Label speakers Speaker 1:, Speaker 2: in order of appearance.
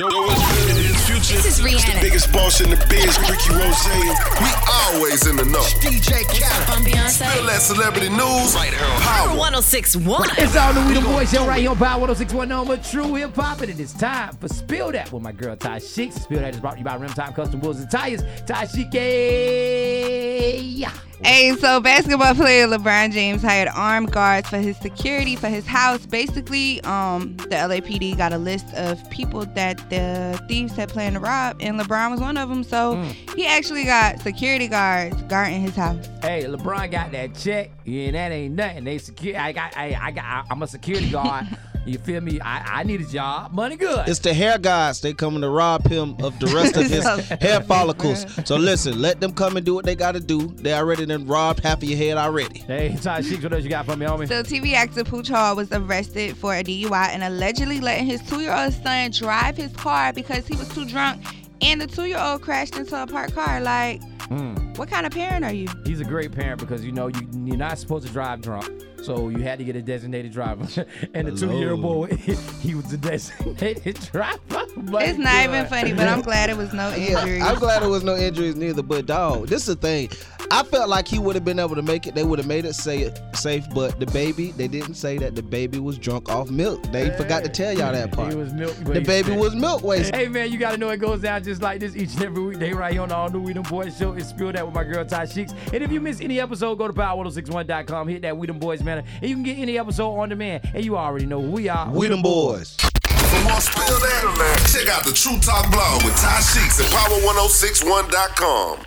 Speaker 1: Yo, what's good? It is Future.
Speaker 2: This is
Speaker 1: It's
Speaker 2: Rihanna.
Speaker 1: the biggest boss in the biz, Ricky Rose. We always in the know.
Speaker 2: DJ Khaled. I'm
Speaker 1: Real
Speaker 2: Beyonce.
Speaker 1: that celebrity news. Right here on
Speaker 2: Power
Speaker 1: Power.
Speaker 2: 1061.
Speaker 3: It's all the We the Boy Show right here oh on Power 1061 Home with True Hip Hop, and it is time for Spill That with my girl Ty Sheik. Spill That is brought to you by Rim Time Custom Wheels and Tires. Ty Sheik, yeah.
Speaker 4: Hey, so basketball player LeBron James hired armed guards for his security for his house. Basically, um, the LAPD got a list of people that the thieves had planned to rob, and LeBron was one of them. So he actually got security guards guarding his house.
Speaker 3: Hey, LeBron got that check, and that ain't nothing. They secure. I got. I, I got. I, am a security guard. you feel me? I, I need a job. Money good.
Speaker 5: It's the hair guys. They coming to rob him of the rest of his hair follicles. So listen, let them come and do what they got to do. They already done robbed half of your head already.
Speaker 3: hey, Ty Sheik, what else you got for me, homie?
Speaker 4: So TV actor Pooch Hall was arrested for a DUI and allegedly letting his two-year-old son drive his car because he was too drunk, and the two-year-old crashed into a parked car. Like,
Speaker 3: Mm.
Speaker 4: what kind of parent are you?
Speaker 3: He's a great parent because you know you you're not supposed to drive drunk. So you had to get a designated driver, and the
Speaker 5: Hello.
Speaker 3: two-year-old boy, he was the designated driver. Money
Speaker 4: It's not even
Speaker 3: good.
Speaker 4: funny, but I'm glad it was no injury.
Speaker 5: Yeah, I'm glad there was no injuries neither. But dog, this is the thing. I felt like he would have been able to make it. They would have made it safe, safe. But the baby, they didn't say that the baby was drunk off milk. They forgot to tell y'all that part.
Speaker 3: He was milk.
Speaker 5: the baby was milk waste.
Speaker 3: Hey man, you gotta know it goes down just like this each and every weekday right here on the All New We Them Boys Show. It's spilled out with my girl Ty Sheeks. And if you miss any episode, go to power1061.com, hit that We Them Boys banner, and you can get any episode on demand. And you already know who we are.
Speaker 5: We them boys.
Speaker 1: For more Spill That, man, check out the True Talk blog with Ty Sheeks at power1061.com.